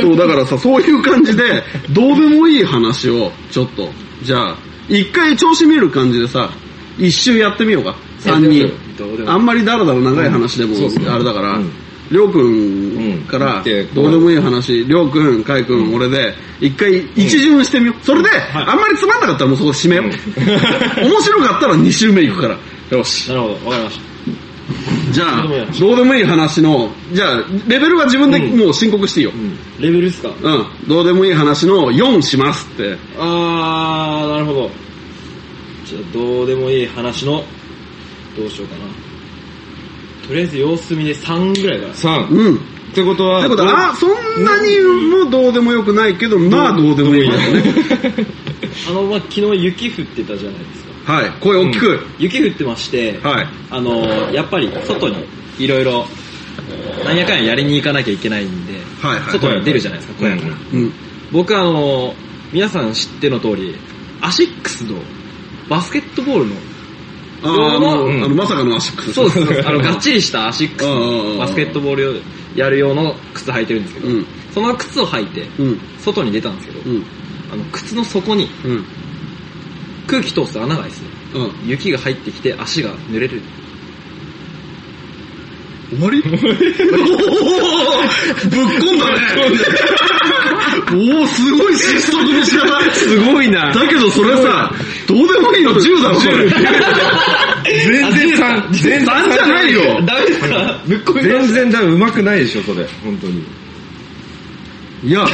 そう、だからさ、そういう感じで、どうでもいい話を、ちょっと、じゃあ、一回調子見る感じでさ、一周やってみようか。三人。あんまりだらだら長い話でも、そうそうあれだからうん、りょうくんから、うんでどうでもいい話、りょうくん、かいくん、俺で、一回一巡してみよう。それで、あんまりつまんなかったらもうそこ締めよう。 面白かったら二周目行くから。よし。なるほど、わかりましじゃあどうでもどうでもいいい、話い話の、じゃあ、レベルは自分でもう申告していいよ。うん、た。レベルっすかどうでもいい話の4しますって。あー、なるほど。じゃあ、どうでもいい話の、どうしようかな。とりあえず様子見で3ぐらいから。 3。うん。っってことは、てことどうは、あ、そんなにもどうでもよくないけど、まあどうでもいいだよね。あの、まあ、昨日雪降ってたじゃないですか。はい、声大きく。雪降ってまして、はい。あの、やっぱり外にいろいろ、なんやかんややりに行かなきゃいけないんで、はいはい。外に出るじゃないですか、小屋から。うん。僕あの、皆さん知っての通り、アシックスのバスケットボールの、あーあの、うんあの、まさかのアシックス。そうです ね、あの、がっちりしたアシックスうんのバスケットボールをやる用の靴履いてるんですけど、うん。その靴を履いて、うん。外に出たんですけど、うん。あの、靴の底にうん。空気通す穴が開いてて、うん。雪が入ってきて足が濡れる。終わり おーぶっこんだねおー、すごい失速の 仕方。すごいな。だけどそれさ、どうでもいいの10だろ、それ。全然3、全然3じゃないよ。ダメだ。ぶっこ全然だ、うまくないでしょ、それ。本当に。いや、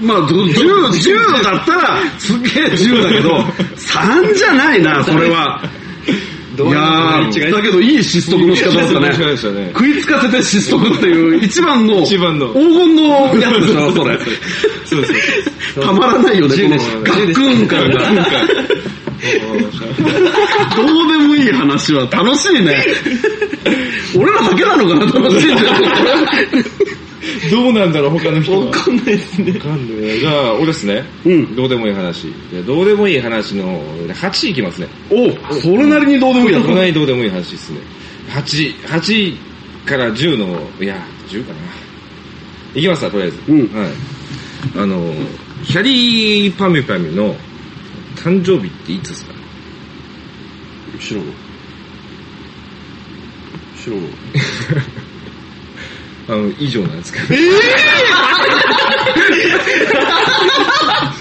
まあ、ど10、10だったら、すっげえ10だけど、3じゃないな、それは。いどうなやのー、だけどいい失速の仕方だったね。した ね。食いつかせて失速っていう一番の一黄番の。金のやつでしょ、それ。そうです。たまらないよね、こ10のでしたガックン感が。どうでもいい話は楽しいね。俺らだけなのかな、楽しいんじゃないどうなんだろう、他の人は。わかんないですね。かんない。じゃあ、俺ですね。うん。どうでもいい話。いや、どうでもいい話の、8いきますね。 おそれなりにどうでもいいやこないどうでもいい話ですね。8、8から10の、いや、10かな。いきますか、とりあえず。うんはい。あの、キャリーパミュパミュの誕生日っていつですか知らない。知らない。あの、以上なんですけど。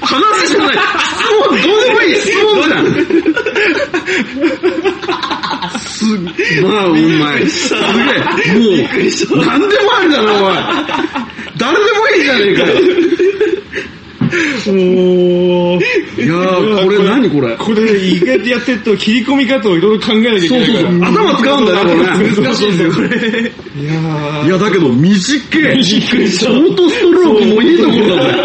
話じゃない質問、どうでもいい質問じゃんす まあ、お前、すげえ、もう、なんでもありだな、お前。誰でもいいじゃねえかよ。いやー、これ何これ。これ意外とやってると切り込み方をいろいろ考えなきゃいそうそうそう、頭使うんだよね、これね。しいですよ、これ。いやーいや、だけど、短え。びっくりした。相当ストロークもいいところだぜ。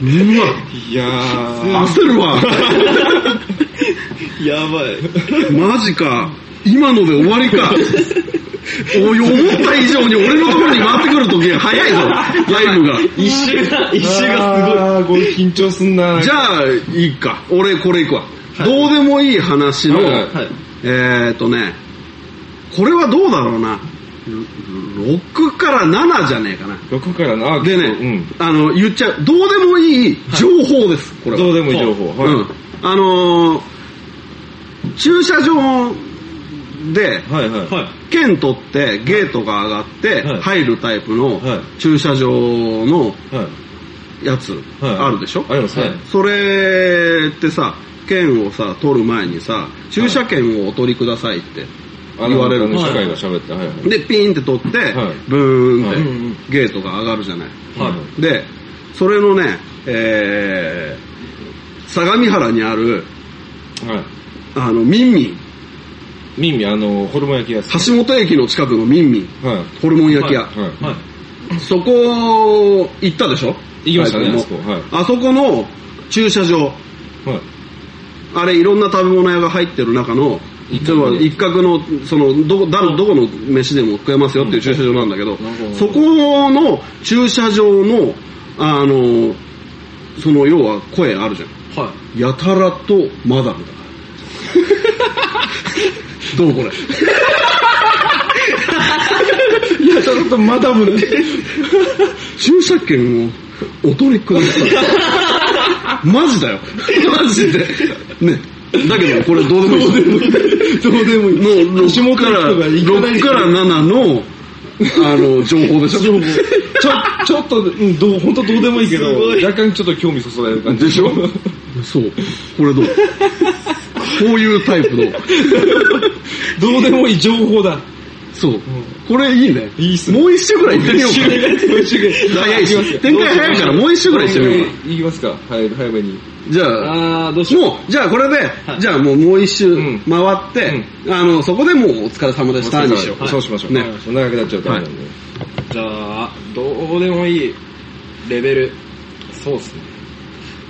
いやー焦るわ。やばい。マジか。今ので終わりか。おい、思った以上に俺のところに回ってくるとき早いぞ、ライブが。一周が、一周があーこれ緊張すんなじゃあ、いいか。俺、これいくわ。どうでもいい話の、はいすごい。はい。えーっとね、これはどうだろうな。6から7じゃねえかな。 6からなあでね、うんあの、言っちゃう、どうでもいい情報です、これは。どうでもいい情報はい、うん。あのー駐車場で、はいはいはい。券取ってゲートが上がってはい入るタイプのはい駐車場のはいやつはいあるでしょありますね、はいそれってさ券をさ取る前にさ駐車券をお取りくださいってあの言われあるのの社会が喋ってはいはいでピーンって取ってはいブーはいうんうンんってゲートが上がるじゃないはいでそれのねえー相模原にあるはいはいあのミンミンミンミンあのホルモン焼き屋さん橋本駅の近くのミンミンはいホルモン焼き屋、はいはい。そこ行ったでしょ行きましたね最あそ近こもはいあそこの駐車場、はいあれいろんな食べ物屋が入ってる中の、一一角角一角の、その、どこ、だどこの飯でも食えますよっていう駐車場なんだけどなるほど、そこの駐車場の、あの、その、要は声あるじゃん。はやたらとマダムだから。どうこれ。ちょっとマダムね駐車券をお取りください。マジだよ。マジで。ね。だけど、これどうでもいい。どうでもいい。の6から、6から7の、あの、情報でしょ情報。ちょちょっと、うん、どう本当どうでもいいけどすごい若干ちょっと興味そそられる感じで しょそう。これどうこういうタイプの。どうでもいい情報だそう。これいいね。いいっすねもう一周ぐらい行ってみよう一周ぐらい一周ぐらいか。早いし。展開早いからもう一周ぐらいしてみようか。いきますか早早めにじゃあ、あー、どうしよう。もう、じゃあこれで、じゃあもうもう一周回って、あの、そこでもうお疲れ様でしたにしよう。そうしましょう。ね長くなっちゃうと思うんで。じゃあ、どうでもいいレベル。そうですね。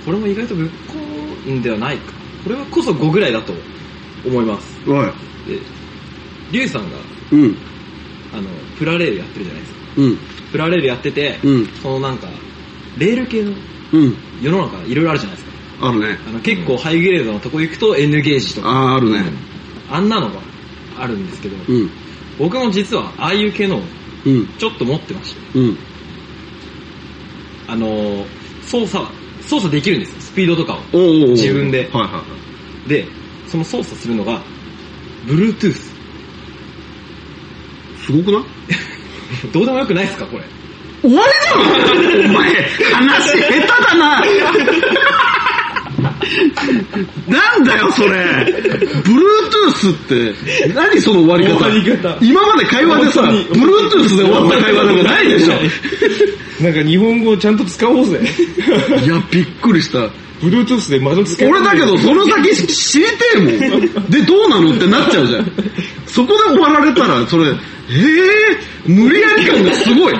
これも意外とぶっこんではないか。これはこそ5ぐらいだと思います。おい。で、リュウさんが、うん。あの、プラレールやってるじゃないですか。うん。プラレールやってて、うんそのなんか、レール系のうん。世の中いろいろあるじゃないですか。あるね。あの結構ハイグレードのとこ行くと N ゲージとか、ああ、あるね。あんなのがあるんですけど、うん。僕も実はああいう系のをうん。ちょっと持ってました。うん。あのー、操作、操作できるんですよ、スピードとかを。おうおうおう自分ではいはいはで、その操作するのが、Bluetooth。い。すごくない どうでもよくないですか、これ。終わりだろお前、話下手だななんだよそれ Bluetooth って何その終わり方今まで会話でさ Bluetooth で終わった会話なんかないでしょなんか日本語をちゃんと使おう ぜ。いやびっくりした Bluetooth で窓つけ俺だけどその先知りてえもんでどうなのってなっちゃうじゃんそこで終わられたらそれええ無理やり感がすごい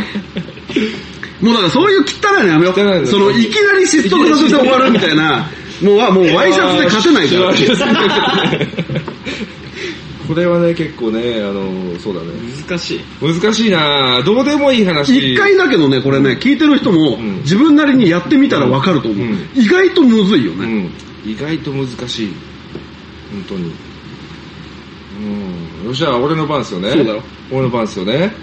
もうだからそういう汚いのやめよ汚いのうそのいきなり失速させて終わるみたいなもうあもうワイシャツで勝てないからこれはね、結構ね、あの、そうだね。難しい。難しいなどうでもいい話。一回だけどねこれね聞いてる人もん自分なりにやってみたらわかると思う、うん意外とむずいようね、ん、意外と難しい。本当に。うん。よっしゃ、俺の番ですよね。そうだろ。俺の番ですよね。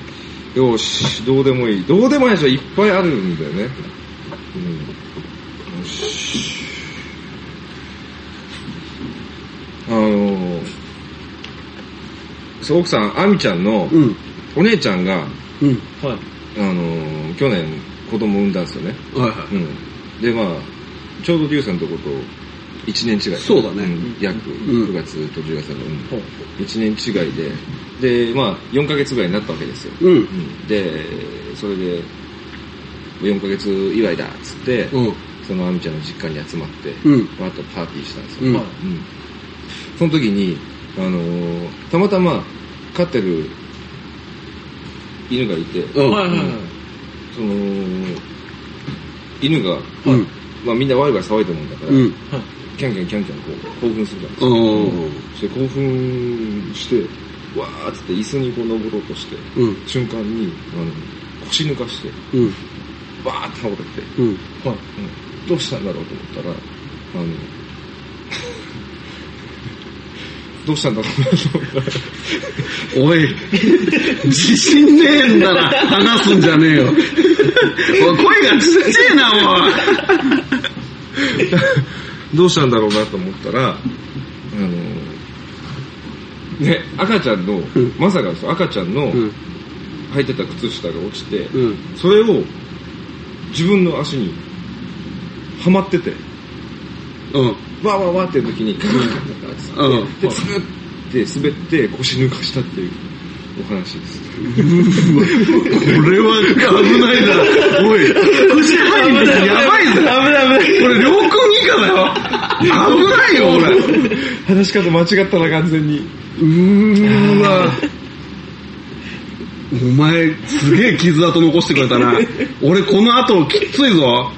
よし、どうでもいい。どうでもいい話はいっぱいあるんだよね。うん。よし。あのそう奥さん、亜美ちゃんのうんお姉ちゃんが、うんはい。あの去年子供産んだんですよね。はいはうん、でまあちょうど龍さんのとこと1年違いそうだねん約ん9月と10月だから、うん、1年違いででまあ4ヶ月ぐらいになったわけですよ、いうんうん、でそれで4ヶ月祝いだっつって、うんそのあみちゃんの実家に集まって、うんまあ、あとパーティーしたんですよ、うんうんその時に、あのーたまたま飼ってる犬がいて、うんはいはいはい。その犬がうんまあ、みんなワイワイ騒いだもんだから、うんキャンキャンキャンキャンこう興奮するじゃないですうか。んそして興奮して、わーっつって椅子にこう登ろうとして、うん瞬間にあの腰抜かして、うんバーって倒れて、うんどうしたんだろうと思ったら、あの、 どうしたんだろうなと思ったら、おい、自信ねえんだら話すんじゃねえよ。おい、声がちっちゃいな、どうしたんだろうなと思ったら、あの、ね、赤ちゃんの、んまさかですよ赤ちゃんのおい。うん、履いてた靴下が落ちて、うん。それを自分の足にはまってて、うん、わーわーわーって時に、カカカカカカうん。で、つるって滑って腰抜かしたっていうお話です。 これは危ないだろ。おい、口入る時やばいぜ。危ない危ない。これ、良君以下だよ。危ないよ、これ。話し方間違ったな、完全に。うーわ。お前、すげえ傷跡残してくれたな。俺、この後、きっついぞ。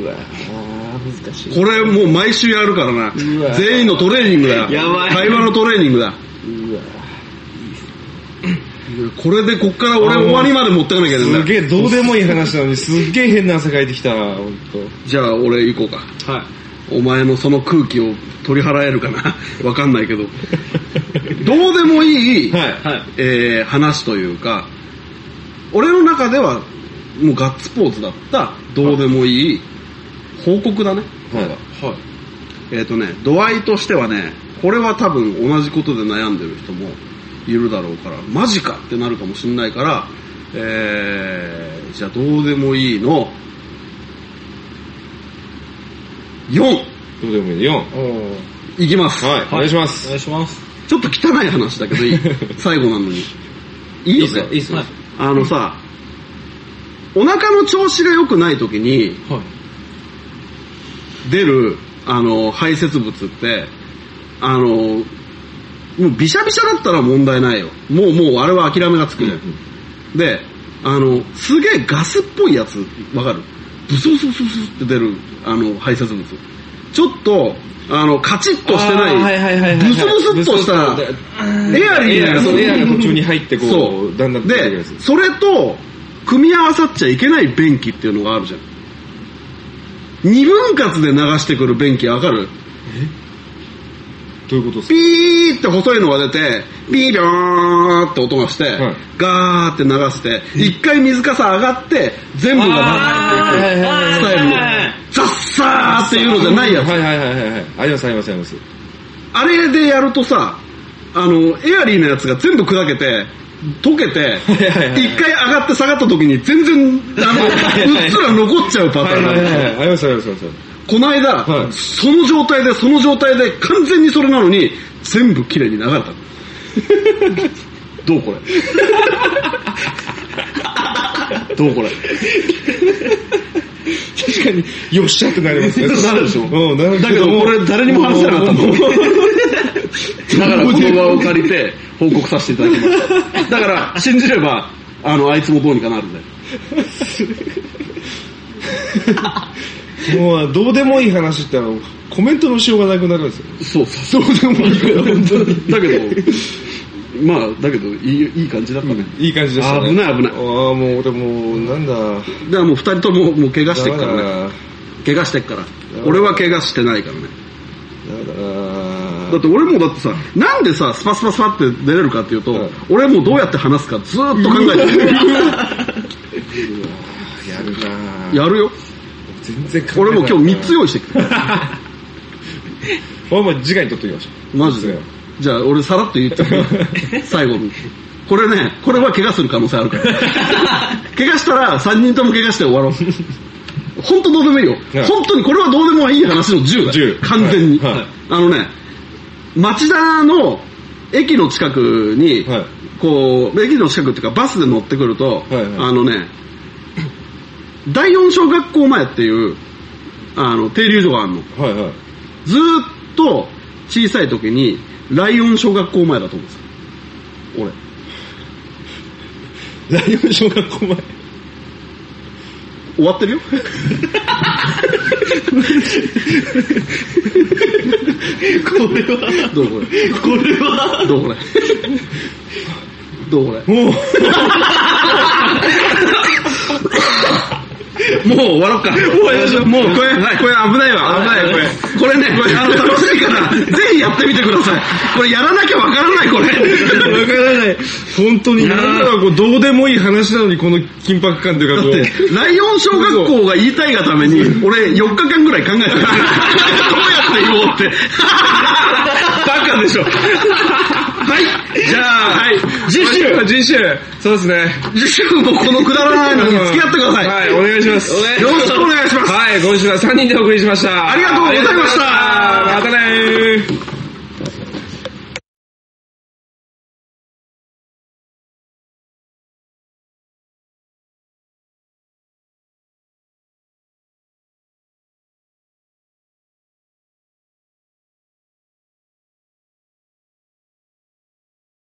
うわぁ、難しい。これもう毎週やるからな。うわ全員のトレーニングだよ。やばい会話のトレーニングだ。うわこれでこっから俺終わりまで持ってかなきゃいけないすんだ。げえ、どうでもいい話なのに、すっげえ変な汗かいてきた、ほんと。じゃあ俺行こうか。はい。お前のその空気を取り払えるかな。 わかんないけど。どうでもいい、はい。はい。えー話というか、俺の中ではもうガッツポーズだった、どうでもいい報告だね。はい。はい。えっ、とね、度合いとしてはね、これは多分同じことで悩んでる人もいるだろうから、マジかってなるかもしれないから、えー、じゃあどうでもいいの、4、どうでもいいよ。おーいきます。はい。お願いします。お願いします。ちょっと汚い話だけど いい最後なのに。いいいよっすよ。いいっすよはい。あのさ、お腹の調子が良くない時にはい。出る、あの、排泄物って、あの、もうビシャビシャだったら問題ないよ。もうもうあれは諦めがつくね。で、あの、すげえガスっぽいやつ、わかるブスブスブスブスって出る、あの、排泄物。ちょっと、あの、カチッとしてない、あーはいはいはいはいはブいスブスっとした、エアリーなやつそのエアが途中に入って、こ、そうだんだん出てくるでやつ。、それと、組み合わさっちゃいけない便器っていうのがあるじゃん。二分割で流してくる便器わかるどういうことですピーって細いのが出て、ピービョーンって音がして、はいガーって流して、一回水かさ上がって、全部がバーっていくはいはいスタイルの、ザッサーっていうのじゃないやつは。いはいはいはいはい。ありますありますあります。あれでやるとさ、あの、エアリーのやつが全部砕けて、溶けて、はいはい一回上がって下がった時に全然、あの、うっすら残っちゃうパターンなのはい、ありました、ありました、ありましこの間、はいその状態で、その状態で、完全にそれなのに、全部綺麗に流 れたの。どうこれ どうこれた。確かに、よっしゃってなりますね。なるでしょうん、なるだけど、俺誰にも話せなかったもん。だからこの場を借りて報告させていただきました。だから信じれば、あの、あいつもどうにかなるんで。もう、どうでもいい話って、あの、コメントのしようがなくなるんですよ。そう、そうでもいいから、本当に。だけど、まあ、だけど、いい、いい感じだったね。いい感じでしたね。危ない危ないああ、もう、俺もう、なんだ。だからもう二人とも、もう怪我してるからだね。な怪我してっからや。俺は怪我してないからね。だなだって俺もだってさ、なんでさ、スパスパスパって出れるかっていうと、うん俺もうどうやって話すかずーっと考え てる。やるなやるよ。全然俺もう今日3つよ。用意してきた。俺もう次回に取っときましマジで。じゃあ俺さらっと言っちゃ う。最後に。これね、これは怪我する可能性あ るから。怪我したら3人とも怪我して終わろう。本当どうでもいいよは。い本当にこれはどうでもいい話の10だよ10。完全に。はいはいあのね、町田の駅の近くに、はいこう、駅の近くっていうかバスで乗ってくると、いはいあのね、第四小学校前っていう、あの、停留所があるの。ょう。はいはい。ずーっと小さい時に、ライオン小学校前だと思うんですよ。俺。 ライオン小学校前。終わ ってるよ。これは、どうこれ。これは、どうこれ。どうこれ。もう、もう終わろうか。もうこれ、これ危ないわ、危ない、これ。これね、これあの楽しいから、 ぜひやってみてください。これやらなきゃわからない、これ。わからない。本当に、いやーなんだろうこう、どうでもいい話なのに、この緊迫感というか、こだう。って、ライオン小学校が言いたいがために、俺4日間ぐらい考えたから、どうやって言おうって。バカでしょ。はい、じゃあ、はい、次週、次週そうですね。次週もこのくだらないのに付き合ってください。はい、お願いします。よろしくお願いします。はい、今週は3人でお送りしました。ありがとうございましたありがとうございましたまたねー